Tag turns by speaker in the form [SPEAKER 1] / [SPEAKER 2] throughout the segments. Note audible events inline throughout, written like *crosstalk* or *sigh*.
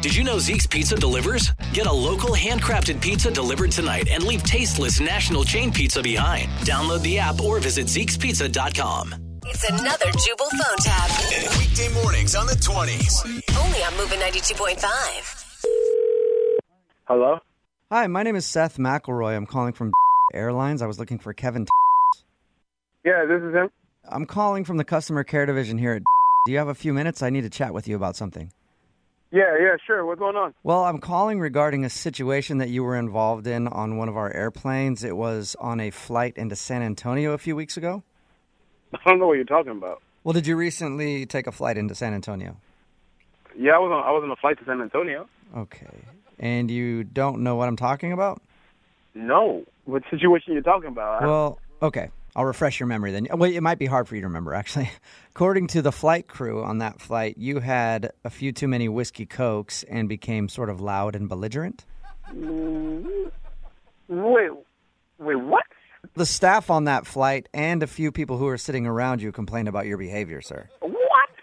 [SPEAKER 1] Did you know Zeke's Pizza delivers? Get a local handcrafted pizza delivered tonight and leave tasteless national chain pizza behind. Download the app or visit Zeke'sPizza.com.
[SPEAKER 2] It's another Jubal phone tab.
[SPEAKER 3] Weekday mornings on the 20s.
[SPEAKER 2] Only on Moving 92.5.
[SPEAKER 4] Hello?
[SPEAKER 5] Hi, my name is Seth McElroy. I'm calling from *laughs* Airlines. I was looking for Kevin.
[SPEAKER 4] Yeah, this is him.
[SPEAKER 5] I'm calling from the customer care division here at. *laughs* Do you have a few minutes? I need to chat with you about something.
[SPEAKER 4] Yeah, yeah, sure. What's going on?
[SPEAKER 5] Well, I'm calling regarding a situation that you were involved in on one of our airplanes. It was on a flight into San Antonio a few weeks ago.
[SPEAKER 4] *laughs* I don't know what you're talking about.
[SPEAKER 5] Well, did you recently take a flight into San Antonio?
[SPEAKER 4] Yeah, I was on I was on a flight to San Antonio.
[SPEAKER 5] Okay. And you don't know what I'm talking about?
[SPEAKER 4] No. What situation you talking about? I-
[SPEAKER 5] Well, okay. I'll refresh your memory then. Well, it might be hard for you to remember, actually. *laughs* According to the flight crew on that flight, you had a few too many whiskey cokes and became sort of loud and belligerent.
[SPEAKER 4] wait, wait, what?
[SPEAKER 5] The staff on that flight and a few people who were sitting around you complained about your behavior, sir.
[SPEAKER 4] What?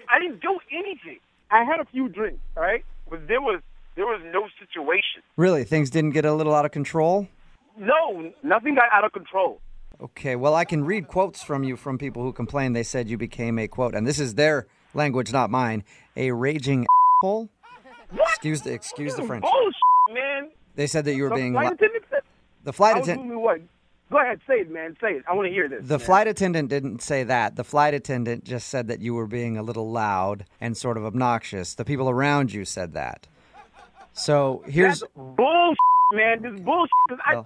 [SPEAKER 4] I didn't do anything. I had a few drinks, all right? But there was there was no situation.
[SPEAKER 5] Really, things didn't get a little out of control?
[SPEAKER 4] No, nothing got out of control.
[SPEAKER 5] Okay, well, I can read quotes from you from people who complained they said you became a quote, and this is their language, not mine, a raging *laughs* asshole. Excuse the excuse the French.
[SPEAKER 4] Bullshit, man.
[SPEAKER 5] They said that you were
[SPEAKER 4] The
[SPEAKER 5] being
[SPEAKER 4] flight
[SPEAKER 5] lo-
[SPEAKER 4] attendant said-
[SPEAKER 5] the flight
[SPEAKER 4] I was
[SPEAKER 5] attendant.
[SPEAKER 4] doing what? Go ahead, say it, man. Say it. I want to hear this.
[SPEAKER 5] The
[SPEAKER 4] man.
[SPEAKER 5] flight attendant didn't say that. The flight attendant just said that you were being a little loud and sort of obnoxious. The people around you said that. So here's
[SPEAKER 4] That's bullshit, man. This bullshit. 'cause I,
[SPEAKER 5] Well,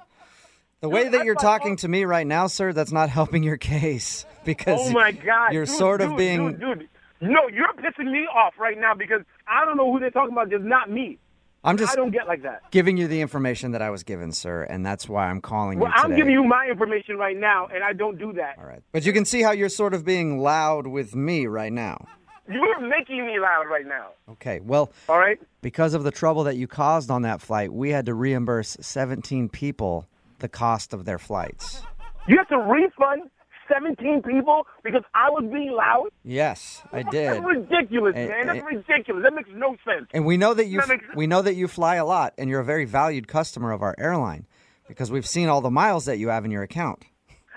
[SPEAKER 5] the way
[SPEAKER 4] Dude,
[SPEAKER 5] that
[SPEAKER 4] that's
[SPEAKER 5] you're
[SPEAKER 4] my
[SPEAKER 5] talking
[SPEAKER 4] fault.
[SPEAKER 5] to me right now, sir. That's not helping your case *laughs* because
[SPEAKER 4] Oh my God!
[SPEAKER 5] you're
[SPEAKER 4] dude,
[SPEAKER 5] sort of
[SPEAKER 4] dude,
[SPEAKER 5] being
[SPEAKER 4] Dude, dude. No, you're pissing me off right now because I don't know who they're talking about. It's not me.
[SPEAKER 5] I'm just
[SPEAKER 4] I don't get like that.
[SPEAKER 5] giving you the information that I was given, sir, and that's why I'm calling
[SPEAKER 4] Well,
[SPEAKER 5] you today.
[SPEAKER 4] I'm giving you my information right now, and I don't do that.
[SPEAKER 5] All right. But you can see how you're sort of being loud with me right now.
[SPEAKER 4] You're making me loud right now.
[SPEAKER 5] Okay. Well,
[SPEAKER 4] All right.
[SPEAKER 5] because of the trouble that you caused on that flight, we had to reimburse 17 people the cost of their flights.
[SPEAKER 4] You have to refund 17 people because I was being loud.
[SPEAKER 5] Yes, I
[SPEAKER 4] That's
[SPEAKER 5] did.
[SPEAKER 4] ridiculous,
[SPEAKER 5] Eh,
[SPEAKER 4] man.
[SPEAKER 5] eh.
[SPEAKER 4] That's ridiculous. That makes no sense.
[SPEAKER 5] And we know that you
[SPEAKER 4] That makes-
[SPEAKER 5] we know that you fly a lot and you're a very valued customer of our airline because we've seen all the miles that you have in your account.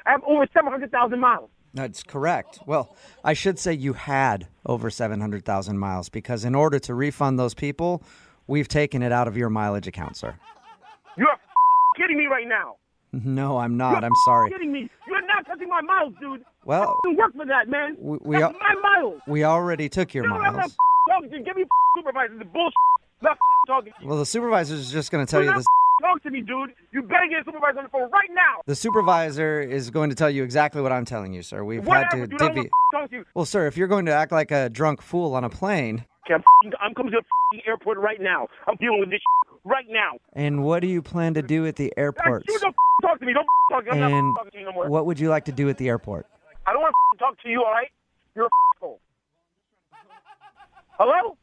[SPEAKER 4] I have over 700,000 miles.
[SPEAKER 5] That's correct. Well, I should say you had over 700,000 miles because in order to refund those people, we've taken it out of your mileage account, sir. *laughs*
[SPEAKER 4] You're f- kidding me right now.
[SPEAKER 5] No, I'm not.
[SPEAKER 4] You're
[SPEAKER 5] I'm sorry.
[SPEAKER 4] Kidding me? You're not touching my miles, dude.
[SPEAKER 5] Well-
[SPEAKER 4] I didn't work for that, man.
[SPEAKER 5] We- we
[SPEAKER 4] That's
[SPEAKER 5] are-
[SPEAKER 4] my miles.
[SPEAKER 5] We already took your
[SPEAKER 4] Dude, I'm not
[SPEAKER 5] miles.
[SPEAKER 4] talking to you. Give me supervisors. The bullshit. I'm not talking to you.
[SPEAKER 5] Well, the supervisor is just going to tell
[SPEAKER 4] You're
[SPEAKER 5] you
[SPEAKER 4] not
[SPEAKER 5] this.
[SPEAKER 4] Talk to me, dude. You better get a supervisor on the phone right now.
[SPEAKER 5] The supervisor is going to tell you exactly what I'm telling you, sir. We've had
[SPEAKER 4] Whatever,
[SPEAKER 5] to
[SPEAKER 4] dude. I don't
[SPEAKER 5] divvy.
[SPEAKER 4] wanna talk to you.
[SPEAKER 5] Well, sir, if you're going to act like a drunk fool on a plane,
[SPEAKER 4] Okay, I'm, f- I'm coming to the f- airport right now. I'm dealing with this shit right now.
[SPEAKER 5] and what do you plan to do at the
[SPEAKER 4] Hey,
[SPEAKER 5] airport?
[SPEAKER 4] You don't f- talk to me. Don't f- talk to me. I'm
[SPEAKER 5] And
[SPEAKER 4] not f- talking to you no more.
[SPEAKER 5] what would you like to do at the airport?
[SPEAKER 4] I don't want to f- talk to you, all right? You're a f- hole. Hello?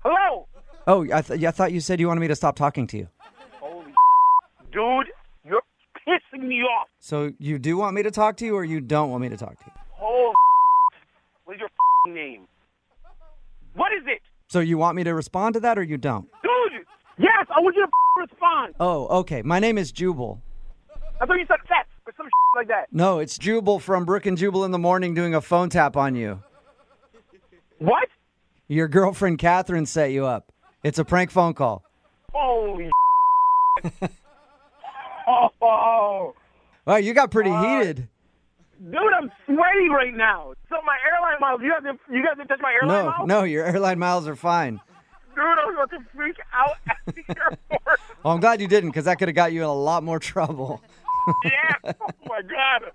[SPEAKER 4] Hello?
[SPEAKER 5] Oh, I, th- I thought you said you wanted me to stop talking to you.
[SPEAKER 4] Holy dude, you're pissing me off.
[SPEAKER 5] So you do want me to talk to you, or you don't want me to talk to you?
[SPEAKER 4] Holy What's Oh, your f- name? What is it?
[SPEAKER 5] So you want me to respond to that, or you don't?
[SPEAKER 4] Dude, yes, I want you to f- respond.
[SPEAKER 5] Oh, okay. My name is Jubal.
[SPEAKER 4] I thought you said fat or some shit like that.
[SPEAKER 5] No, it's Jubal from Brook and Jubal in the morning doing a phone tap on you.
[SPEAKER 4] What?
[SPEAKER 5] Your girlfriend Catherine set you up. It's a prank phone call.
[SPEAKER 4] Holy *laughs* Oh,
[SPEAKER 5] Well, you got
[SPEAKER 4] Uh,
[SPEAKER 5] pretty heated.
[SPEAKER 4] dude, I'm sweaty right now. So my airline miles, you guys didn't, you guys didn't touch my airline
[SPEAKER 5] No,
[SPEAKER 4] miles?
[SPEAKER 5] no, your airline miles are fine.
[SPEAKER 4] Dude, I'm about to freak out at the *laughs* airport.
[SPEAKER 5] Well, I'm glad you didn't, because that could have got you in a lot more *laughs* trouble.
[SPEAKER 4] yeah. Oh, my God.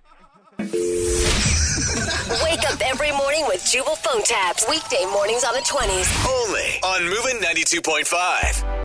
[SPEAKER 2] Wake up every morning with Jubal phone tabs. Weekday mornings on the 20s.
[SPEAKER 3] Only on Moving 92.5.